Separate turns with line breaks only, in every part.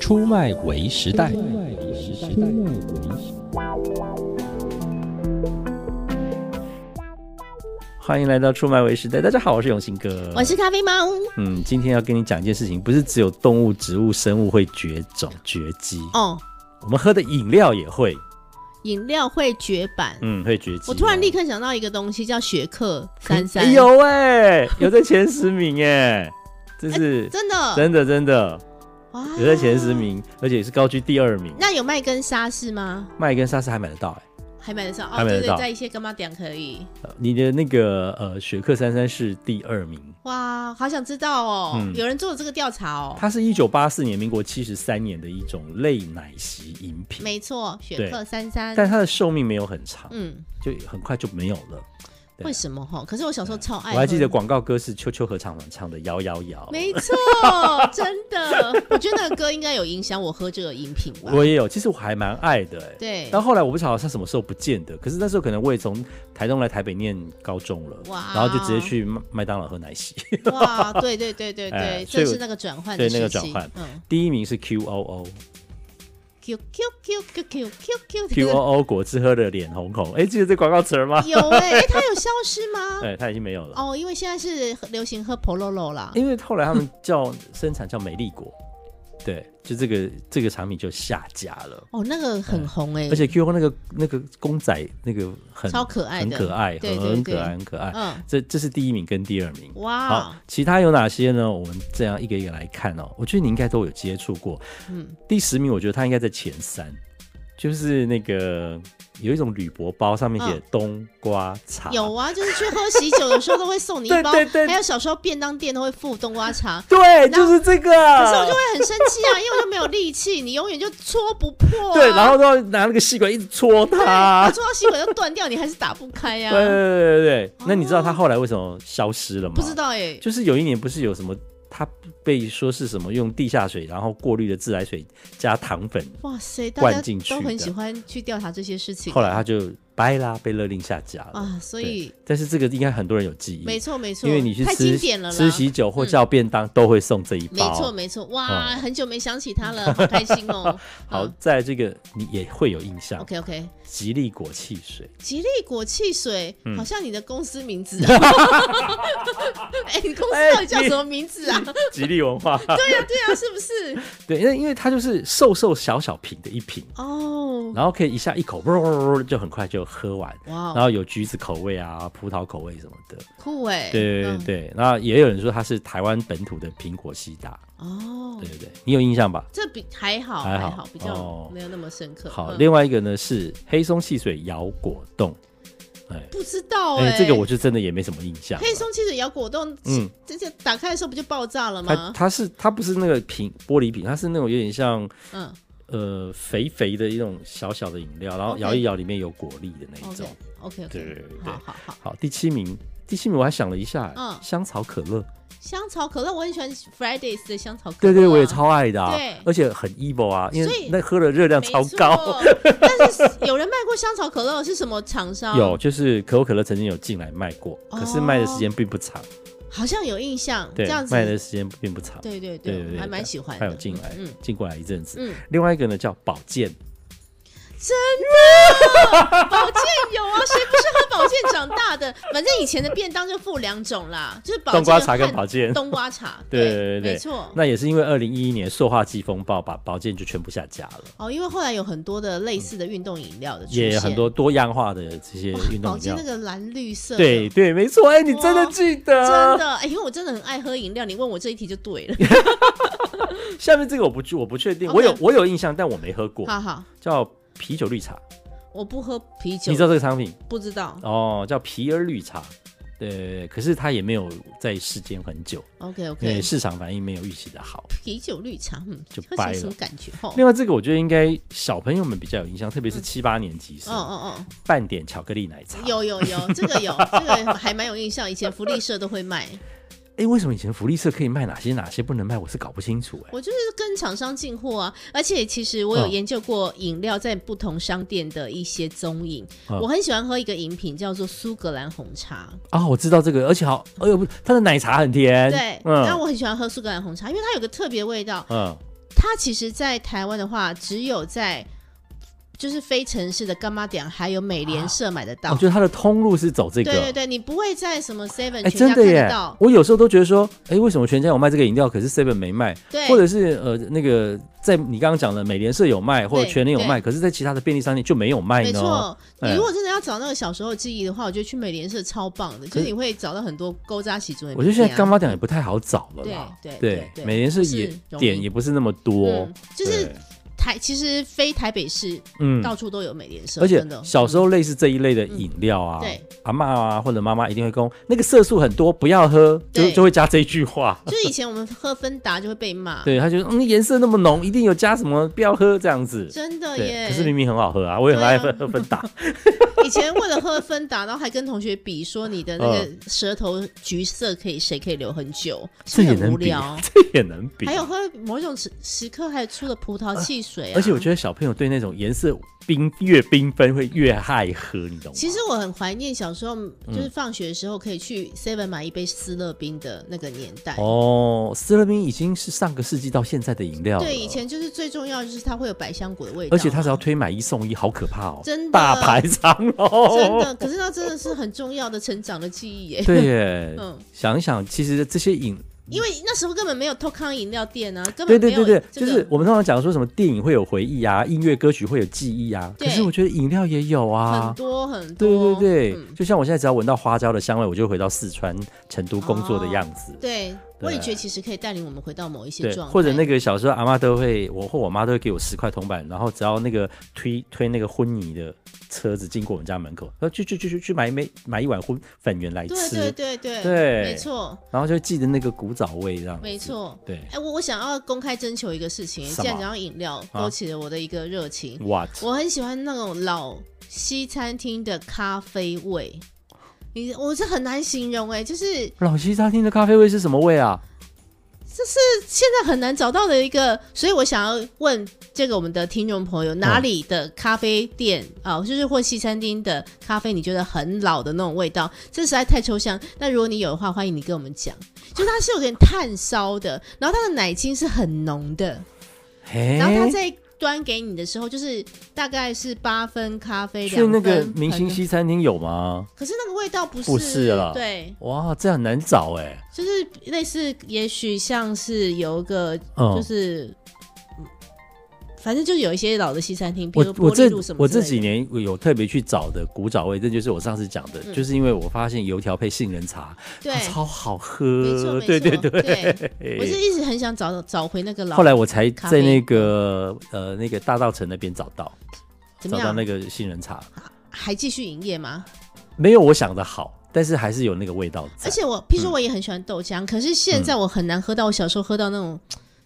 出卖为时代。
欢迎来到出卖为时代，大家好，我是永兴哥，
我是咖啡猫。
嗯，今天要跟你讲一件事情，不是只有动物、植物、生物会绝种绝迹，
哦，
我们喝的饮料也会，
饮料会绝版。
嗯，会绝迹。
我突然立刻想到一个东西，叫雪克三
哎
三。
有哎、有在前十名哎、 这是、
哎真的啊
真的真的
哇
有在前十。名，而且是高居第二名。
那有卖跟沙士吗？
麦跟莎士还买得到哎、
还买得上？哦，
还买得
对
到
对，在一些干妈店可以。
呃你的那个呃雪克三三是第二名，
哇，好想知道哦，
嗯
有人做了这个调查哦。
它是一九八四年民国七十三年的一种类奶昔饮品，
没错，雪克三三。
但它的寿命没有很长，
嗯，
就很快就没有了。对啊
为什么哈？可是我小时候超爱。
我还记得。广告歌是秋秋合唱团唱的《摇摇摇》，
没 错，真的，我觉得那个歌应该有影响我喝这个饮品吧。
我也有，其实我还蛮爱的、欸。
对，
但后来我不晓得他什么时候不见的，可是那时候可能我也从台东来台北念高中了，
哇
然后就直接去麦麦当劳喝奶 昔。
哇，对对对对
哎
对，
所以我
正是那个转换
对
的
那个
时期
转换
嗯。
第一名是 QOO
Q Q Q Q Q Q Q
QOO 果汁喝的脸红红，哎、记得这广告词儿吗？
有哎、 欸，它有消失吗？
对，它已经没有了。
哦，因为现在是流行喝 Pololo 啦。
因为后来他们叫生产叫美丽果，对，就这个这个产品就下架了。
哦，那个很红哎、欸，
而且 QO 那个那个公仔那个很
超可爱
很
的，
可爱，
对
很
对
很
对，
可爱，很可爱。
嗯，
这这是第一名跟第二名。好
哇，，
其他有哪些呢？我们这样一个一个来看哦。我觉得你应该都有接触过。
嗯，
第十名，我觉得它应该在前三，就是那个有一种铝箔包，上面写
嗯
冬瓜茶。
有啊，就是去喝喜酒的时候都会送你
对
一包，
对对
还有小时候便当店都会附冬瓜茶。
对，
然后
就是这个。
可是我就会很生气啊，因为我就没有力气，你永远就戳不破、啊。
对，然后都要拿那个吸管一直戳它
对，。戳到吸管就断掉，你还是打不开呀、
对对
啊。
对对对。那你知道它
哦
后来为什么消失了吗？
不知。道哎、
就是有一年不是有什么，它被说是什么用地下水，然后过滤的自来水加糖粉，
哇塞，大
灌
家
进去
都很
的
喜欢去调查这些事情。
后来它就掰啦，被勒令下架了。
啊，所
对
以
但是这个应该很多人有记忆，
没错没错，
因为你去
太
吃
经典了啦，
吃喜酒或叫便当、都会送这一
没
包。
错没错，哇，
哦。
很久没想起他了，好开心哦
好，在这个你也会有印象，
，OK OK，
吉利果汽水，
吉利果汽水，
嗯
好像你的公司名字 啊。哎，你公
哎
司到底叫
你
什么名字啊？
吉利文化。
对呀对呀，啊是不是？
对，因为因为它就是瘦瘦小小瓶的一瓶，
哦，
然后可以一下一口，啵就很快就喝完。
哇
然
哦，
后有橘子口味啊、葡萄口味什么的，
酷哎，
对对
嗯，
对。然后也有人说它是台湾本土的苹果西达，
哦
对，对对，你有印象吧？
这比还好
还好
好，比
哦
较没有那么深刻。
好，
嗯
另外一个呢是黑松汽水摇果冻，哎
不知道
哎
哎，，
这个我就真的也没什么印象了。
黑松汽水摇果冻，
嗯
这这打开的时候不就爆炸了
它
吗？
它是它不是那个瓶玻璃瓶，它是那种有点像
嗯，
呃肥肥的一种小小的饮料，然后
OK
摇一摇里面有果粒的那一种。
OK OK，
对对对对
好好好。
好，第七名，第七名我还想了一下，
嗯
香草可乐，
香草可乐我很喜欢 Fridays 的香草可乐、
对
啊
对，我也。超爱的、啊
对，
而且很 evil 啊，因
所
为
以
那喝的热量
没
超
错
高。，
但是有人卖过香草可乐是什么厂商？
有，，就是可口可乐曾经有进来卖过，
嗯哦
可是卖的时间并不长，
好像有印象。
对
这样，子
卖的时间并不长，
对对
对对对
我还蛮喜欢
它
的。
有进来
嗯，
进过来一阵子。
嗯，
另外一个呢叫保健，
保健有啊，谁不是喝保健长大的？反正以前的便当就附两种啦，就是保健
冬瓜茶跟
和
保健。
冬瓜茶。
对对对
对
对
没错。
那也是因为二零一一年塑化剂风暴把保健就全部下架了，
哦，因为后来有很多的类似的运动饮料的出现，
也很多多样化的这些
哇
运动
保
饮
健
料
那。个蓝绿色的，
对对，没错，哎，你真的
哇
记
真
得？
的，哎、因为我真的很爱喝饮料，你问我这一题就对了。
下面这个我不我不确定，
OK
我有我有印象，但我没喝过，
好好，
叫啤酒绿茶，
我不喝啤酒，
你知道这个商品
不知道
哦，叫皮尔绿茶。对，可是它也没有在世间很久，
？OK
因为
OK，
市场反应没有预期的好。
嗯啤酒绿茶，嗯，
就
喝起
掰
来什
了
么感觉？哦，
另外，这个我觉得应该小朋友们比较有印象，特别是七八年级
哦
生，
哦
半点巧克力奶茶
哦，。有有有， 这个有，这个还蛮有印象，以前福利社都会卖。
哎，为什么以前福利社可以卖哪些，哪些不能卖？我是搞不清楚哎。
我就是跟厂商进货啊，而且其实我
哦
有研究过饮料在不同商店的一些踪影。
哦
我很喜欢喝一个饮品叫做苏格兰红茶，
啊、我知道这个，而且好，哎呦不，它的奶茶很甜。
对，那、
嗯
我很喜欢喝苏格兰红茶，因为它有个特别味道，
嗯，
它其实，在台湾的话，只有在就是非城市的干妈点还有美联社买得到。
我觉得它的通路是走这个。
对对对，你不会在什么 Seven
哎，
全家
真的
看得
耶
到！。
我有时候都觉得说，哎，为什么全家有卖这个饮料，可是 Seven 没卖？
对，
或者是呃，那个在你刚刚讲的美联社有卖，或者
对
全联有
对
卖，可是在其他的便利商店就没有卖
没
呢。
错，你
哎
如果真的要找那个小时候的记忆的话，我觉得去美联社超棒的，就是你会找到很多勾扎其中的。啊
我觉得现在干妈店也不太好找了
对
啦。
对对，
美联社
不是
也
容易
点也不是那么多
嗯，，就是
对
台其实非台北市
嗯
到处都有美联社，
而且
真的
小时候类似这一类的饮料啊，
嗯对
阿嬷啊或者妈妈一定会跟我那个色素很多，不要喝，就
对
就会加这一句 话。
就是以前我们喝芬达就会被骂，
对，他就嗯颜色那么浓，一定有加什么，不要喝这样子。
真的
对，
耶
可。是明明很好喝啊，我也很爱喝
对啊
喝芬 达。
以前为了喝芬达，然后还跟同学比说你的那
嗯
个舌头橘色可以谁可以留很久，
这
是不
也
是很
能
无
比啊
聊，。
这也能比。
还有喝某种时时刻还出了葡萄汽水啊，
呃而且我觉得小朋友对那种颜色缤越缤纷会越爱喝，你懂吗？
其实我很怀念小时候，
嗯
就是放学的时候可以去 Seven 买一杯斯乐冰的那个年代。
哦，斯乐冰已经是上个世纪到现在的饮料了。
对，以。前就是最重要就是它会有百香果的味道，
而且它只要推买一送一，好可怕哦！
真的
大排长龙，
真的，可是那真的是很重要的成长的记忆耶。
对耶，
嗯
想一想，其实这些饮，
因为那时候根本没有透康饮料店啊，根
对
本没
对
有
对对，
这
就
个
是我们通常讲说什么电影会有回忆啊，音乐歌曲会有记忆啊，可
对
是我觉得饮料也有
很
啊。
多很
对
多，
对对，
嗯
就像我现在只要闻到花椒的香味，我就回到四川成都工作
哦
的样子。
对，
对
味觉其实可以带领我们回到某一些
对，
状态，
或者那个小时候阿妈都会，我或我妈都会给我十块铜板，然后只要那个推推那个婚泥的车子经过我们家门口，说去去去去去买一枚买一碗荤粉圆来吃，
对对对对
对
没错
然后就记得那个古早味这样。
没，错。
对
哎，我我想要公开征求一个事情，
什
既
么
然讲到饮料，
啊
勾起了我的一个热情。
，what？
我很喜欢那种老西餐厅的咖啡味，你我是很难形容哎、就是
老西餐厅的咖啡味是什么味啊？
现在很难找到的一个，所以我想要问这个我们的听众朋友，
嗯
哪里的咖啡店啊、就是或西餐厅的咖啡，你觉得很老的那种味道，这实在太抽象。那如果你有的话，欢迎你跟我们讲，就是它是有点炭烧的，然后它的奶精是很浓的，
嘿，
然后它在。端给你的时候，就是大概是八分咖啡，
去
两
那
分
个明星
很
西餐厅有吗？
可是那个味道不是
不是啊了
对，
哇，这样很难找哎、
就是类似，也许像是有一个，
嗯
就是、嗯反正就有一些老的西餐厅，比如
我
说
我
玻璃
这
路什么
我
之类
这
的
几年有特别去找的古早味，这就是我上次讲的，
嗯
就是因为我发现油条配杏仁茶，
对
它，啊超好
没错
喝，
没错，
对对对。
我是一直很想找找回那个老，
后来我才在
啡
那个呃那个大道城那边找到，
怎
找
么
到
样？
那个杏仁茶，
还继续营业吗？
没有我想的好，但是还是有那个味道在嗯
而。且我，譬如说我也很喜欢豆浆，可是现在我很难喝到我小时候喝到那种，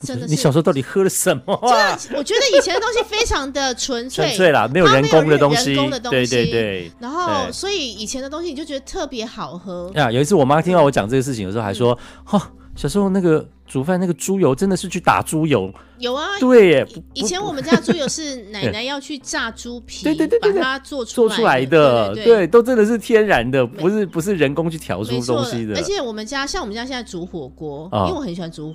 真的
嗯你
是
小。时候到底喝了什么啊？
我觉得以前的东西非常的纯
纯
粹，
粹啦，没有
它
人
没有
工的
人
东
人
西
工的，东
对对
西
对。
然后
对
所以以前的东西你就觉得特别好喝，
啊，有一次我妈听到我讲这个事情的时候，还说：“
嗯
哈、小时候那个煮饭那个猪油真的是去打猪油，
有啊，
对耶，不
以以前我们家的猪油是奶 奶要去炸猪皮，
对对对对对
把它做出
做
来
出来的，
对对对
都真的是天然的，不是不是人工去调出
没错
东西的
而。且我们家像我们家现在煮火锅，
啊
因为我很喜欢煮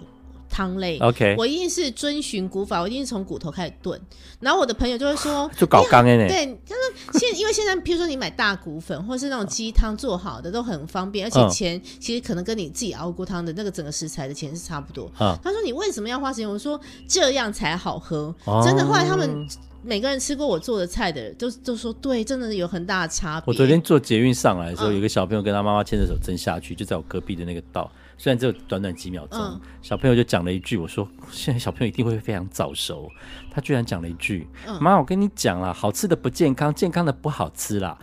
汤类。
OK，
我一定是遵循古法，我一定是从骨头开始炖。然后我的朋友就会说
就搞刚哎
你
呢，
很对，他说现因为现在，譬如说你买大骨粉或是那种鸡汤做好的都很方便，而且
嗯
钱其实可能跟你自己熬锅汤的那个整个食材的钱是差不多。
啊，
他说你为什么要花时间？我说这样才好喝。
哦
真的，后来他们每个人吃过我做的菜的人，都都说对，真的有很大的差别。
我昨天坐捷运上来的时候，
嗯
有个小朋友跟他妈妈牵着手真下去，就在我隔壁的那个道。虽然只有短短几秒钟，
嗯
小朋友就讲了一句：“我说现在小朋友一定会非常早熟。”他居然讲了一句：“
嗯
妈，我跟你讲啦，好吃的不健康，健康的不好吃啦。”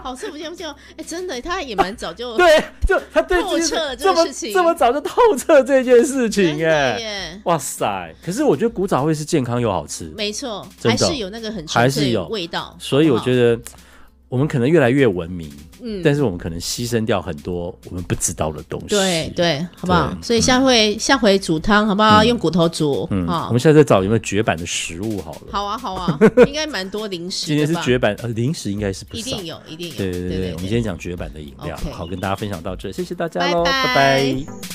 好吃不见不见，哎、真的，他也蛮早就
对，就他对
哦透彻了
这
这
么
个事情
这么早就透彻这件事
真
情
的
哎，
耶，
哇塞！可是我觉得古早味是健康又好吃，
没错，
真
还
的
是有那个很
还
纯
是
粹
有
的味道。
所以我觉
得，
得我们可能越来越文明，
嗯，
但是我们可能牺牲掉很多我们不知道的东西。
对。对，好不好
对？
所以下回、下回煮汤好不好？用骨头煮，
嗯，
好
我们下次再找有没有绝版的食物好了。
好啊 好啊，应该蛮多零食
今天
的
是
吧？
绝版，呃，零食应该是不
一
少
定。有，一定有，
对对对
对
我们今天讲绝版的饮料，
OK
好跟大家分享到这，谢谢大家喽，
拜
拜
拜
拜